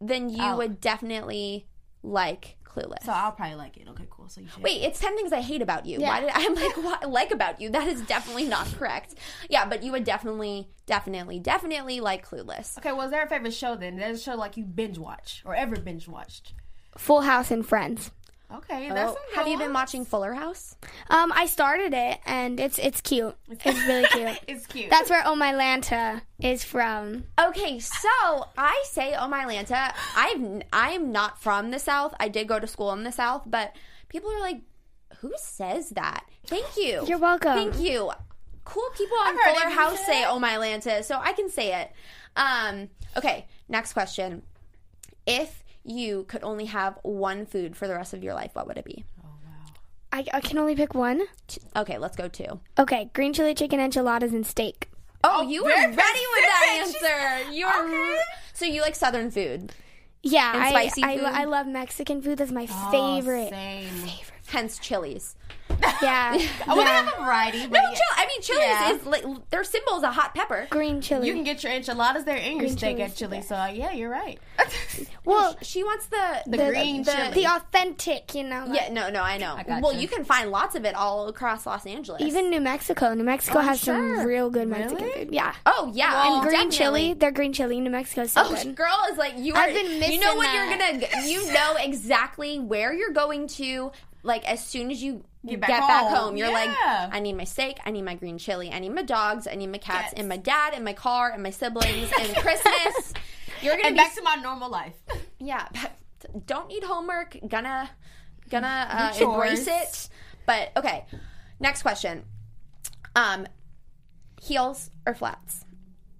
B: then you would definitely like Clueless.
F: <laughs> Oh. so I'll probably like it. Okay, cool. So you should.
B: Wait, it's ten things I hate about you. Why did <laughs> I'm like what I like about you? That is definitely not correct. Yeah, but you would definitely, definitely, definitely like Clueless.
F: Okay, well, is there a favorite show then? There's a show like you binge watch or ever binge watched.
E: Full House and Friends.
F: Okay, that's
B: Oh,
F: some
B: have
F: good
B: you been
F: ones.
B: watching Fuller House?
E: Um, I started it, and it's it's cute.
B: <laughs>
E: It's really cute.
F: It's cute.
E: That's where Oh My Lanta is from.
B: Okay, so I say Oh my Lanta. I've I am not from the South. I did go to school in the South, but people are like, who says that? Thank you.
E: You're welcome.
B: Thank you. Cool people on
F: heard
B: Fuller
F: it.
B: House say Oh my Lanta, so I can say it. Um, okay, next question. If you could only have one food for the rest of your life, what would it be?
E: I, I can only pick one.
B: T- Okay, let's go two.
E: Okay, green chili chicken enchiladas and steak.
B: Oh, you were ready with that answer. You're so you like Southern food,
E: Yeah,
B: And
E: I,
B: spicy
E: I,
B: food? Oh,
E: I love Mexican food. That's my favorite.
F: Same.
B: hence chilies. <laughs>
E: Yeah,
F: Oh, well, they have a variety. But
B: No,
F: yeah.
B: chili. I mean, chilies
F: Yeah.
B: is like their symbol is a hot pepper.
E: green chili.
F: You can get your enchiladas there and your
E: Green
F: steak
E: chilies,
F: at Chili.
E: yes.
F: So yeah, you're right.
E: well,
B: She wants the
F: the, green
E: the,
F: chili.
E: the authentic, you know. like-
B: yeah. No, no, I know.
F: gotcha.
B: Well, you can find lots of it all across Los Angeles.
E: Even New Mexico. New Mexico has
B: Oh, sure.
E: some real good Mexican food. Yeah.
B: oh yeah,
E: and green chili. Their green chili in New Mexico is so
B: Oh,
E: good.
B: girl is like you are.
E: I've been
B: you
E: missing
B: know what
E: that.
B: you're gonna. You know exactly where you're going to. Like as soon as you get
F: back
B: back, home.
F: home.
B: you're
F: Yeah.
B: like, I need my steak, I need my green chili, I need my dogs, I need my cats, and my dad, and my car, and my siblings, and Christmas. You're gonna
F: and
B: be
F: back to my normal life.
B: yeah <laughs> don't need homework gonna gonna uh,
F: Do
B: embrace it
F: chores.
B: but okay next question um heels or flats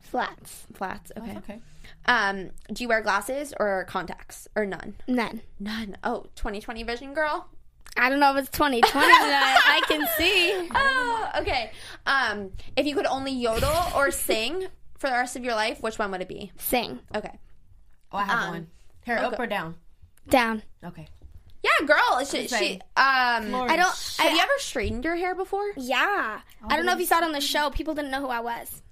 E: Flats.
B: flats okay um do you wear glasses or contacts or none
E: None.
B: none oh 2020 vision girl
E: I don't know if it's 2020, but I can see.
B: oh okay um if you could only yodel or <laughs> sing for the rest of your life which one would it be
E: Sing.
B: okay
F: Oh, I have one. Hair up or down?
E: Down.
F: Okay.
B: yeah girl she, she um
E: I don't.
B: have you
E: I,
B: ever straightened your hair before
E: Mm-hmm. yeah. I don't know if you saw it on the show. People didn't know who I was.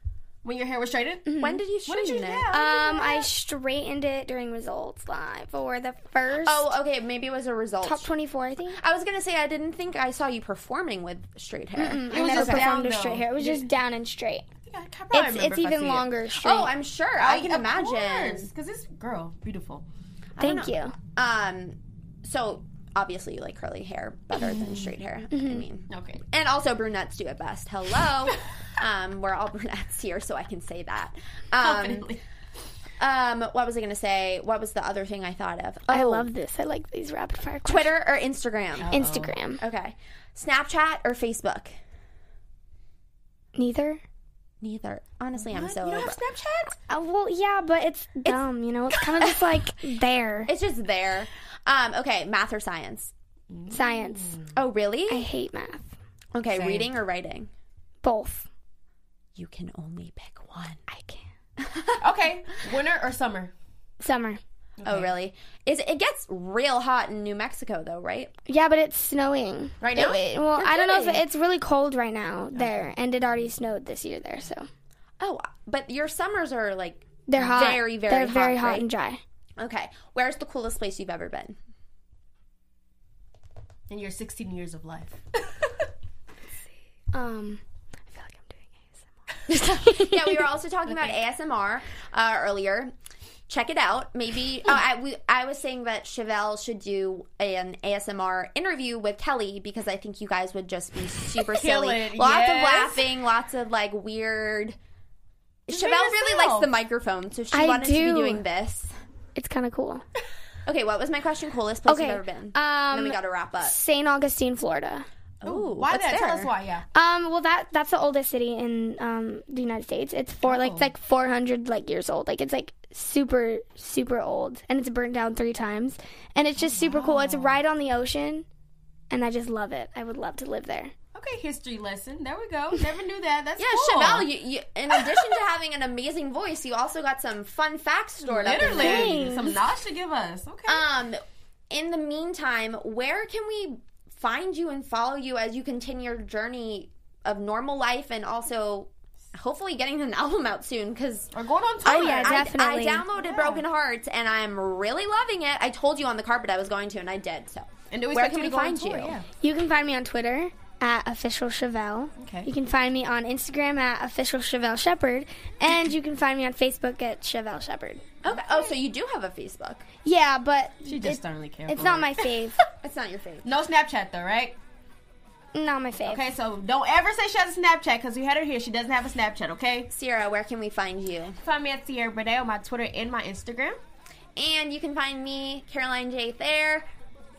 F: When your hair was straightened.
B: when did you
F: When
B: straighten it
F: did you? Yeah.
E: Um, I straightened it during results live for the first
B: Oh, okay. Maybe it was a result.
E: top 24, I think.
B: I was gonna say I didn't think I saw you performing with straight hair.
E: I never
F: just down,
E: performed a
F: though.
E: straight hair. It was just down and straight.
F: I can probably
E: It's,
F: remember
E: it's
F: if I see
E: even
F: it.
E: longer straight.
B: Oh, I'm sure. I can imagine.
F: Because this girl, beautiful.
E: Thank you.
B: Um, so obviously you like curly hair better than straight hair. I mean,
F: Okay.
B: and also brunettes do it best. Hello, um, we're all brunettes here, so I can say that.
F: <laughs>
B: Um,
F: Confidently.
B: um, what was I gonna say? What was the other thing I thought of?
E: I
B: Oh,
E: love this. I like these rapid fire questions.
B: Twitter Oh. or Instagram.
E: Instagram.
B: Okay, Snapchat or Facebook.
E: Neither.
B: Neither. Honestly, I'm so
F: You don't
B: over.
F: have Snapchat?
E: Uh, well, yeah, but it's dumb, you know? It's kind of just like there.
B: It's just there. Um, okay, math or science?
E: Science.
B: Oh, really?
E: I hate math.
B: okay, reading or writing?
E: Both.
B: You can only pick one.
E: I can't.
F: Okay, winter or summer?
E: Summer.
B: Oh, really? Is it gets real hot in New Mexico though, right?
E: Yeah, but it's snowing.
F: Right now?
E: It- well, I don't know if it's really cold right now there, and it already snowed this year there, so
B: Oh, but your summers are like
E: they're hot.
B: Very, very
E: They're
B: hot,
E: very hot
B: right?
E: and dry.
B: okay. Where's the coolest place you've ever been?
F: In your 16 years of life.
E: Um, I feel like I'm doing ASMR.
B: yeah, <laughs> we were also talking about ASMR uh, earlier. Check it out. <laughs> Maybe oh, I, we, I was saying that Chevelle should do an ASMR interview with Kelly because I think you guys would just be <laughs> super silly.
F: it,
B: Lots
F: yes.
B: of laughing, lots of like weird.
F: be
B: Chevelle really
F: yourself.
B: likes the microphone, so she
E: I
B: wanted to
E: do.
B: be doing this.
E: It's kind
B: <laughs>
E: of cool.
B: Okay, what was my question? Coolest place
E: Okay,
B: you've ever been? and then we
E: Um,
B: got to wrap up.
E: St. Augustine, Florida.
B: Ooh,
F: Why
B: what's
F: that?
B: there?
F: Tell us why, yeah.
E: Um, well, that that's the oldest city in um the United States. It's four like
B: Oh.
E: it's like four hundred like years old. Like it's like super super old, and it's burnt down three times, and it's
B: Oh,
E: just super cool. It's right on the ocean, and I just love it. I would love to live there.
F: Okay, history lesson. There we go. Never knew that. That's
B: Yeah,
F: cool.
B: Chevelle, you, you, in addition to having an amazing voice, you also got some fun facts stored up. in there.
F: Literally, some knowledge to give us. Okay.
B: Um, in the meantime, where can we find you and follow you as you continue your journey of normal life and also hopefully getting an <laughs> album out soon? Because
F: or going on tour.
E: Oh, yeah,
B: I, I
E: definitely.
B: downloaded Broken Hearts and I'm really loving it. I told you on the carpet I was going to, and I did. So
F: And do we
B: Where
F: expect
B: can
F: you
B: we
F: to go on
B: find you?
F: tour? Yeah.
E: You can find me on Twitter at official Chevelle.
F: Okay.
E: You can find me on Instagram at official Chevelle Shepherd, and you can find me on Facebook at Chevelle Shepherd.
B: okay. Oh, so you do have a Facebook.
E: Yeah, but
F: She just don't really care.
E: it's
F: for
E: not
F: it.
E: my
F: <laughs>
E: fave.
B: It's not your favorite.
F: No Snapchat though, right?
E: not my fave.
F: Okay, so don't ever say she has a Snapchat because we had her here. She doesn't have a Snapchat. Okay.
B: Sierra, where can we find you?
F: Find me at Sierra Burdett on my Twitter and my Instagram.
B: And you can find me, Caroline J. Thayer,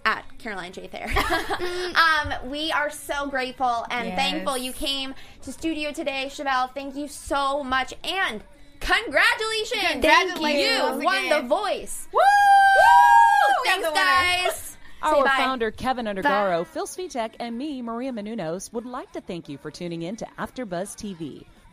B: at Caroline J.
F: <laughs>
B: Thayer. <laughs> um, we are so grateful and
F: Yes.
B: thankful you came to studio today, Chevelle. Thank you so much. And congratulations!
F: Congratulations
B: You
F: once
B: won
F: again.
B: the voice.
F: Woo! We got
B: Thanks,
F: the winner.
B: guys. Say
C: Our
B: bye.
C: founder, Kevin Undergaro, Phil Svitek, and me, Maria Menounos, would like to thank you for tuning in to AfterBuzz TV.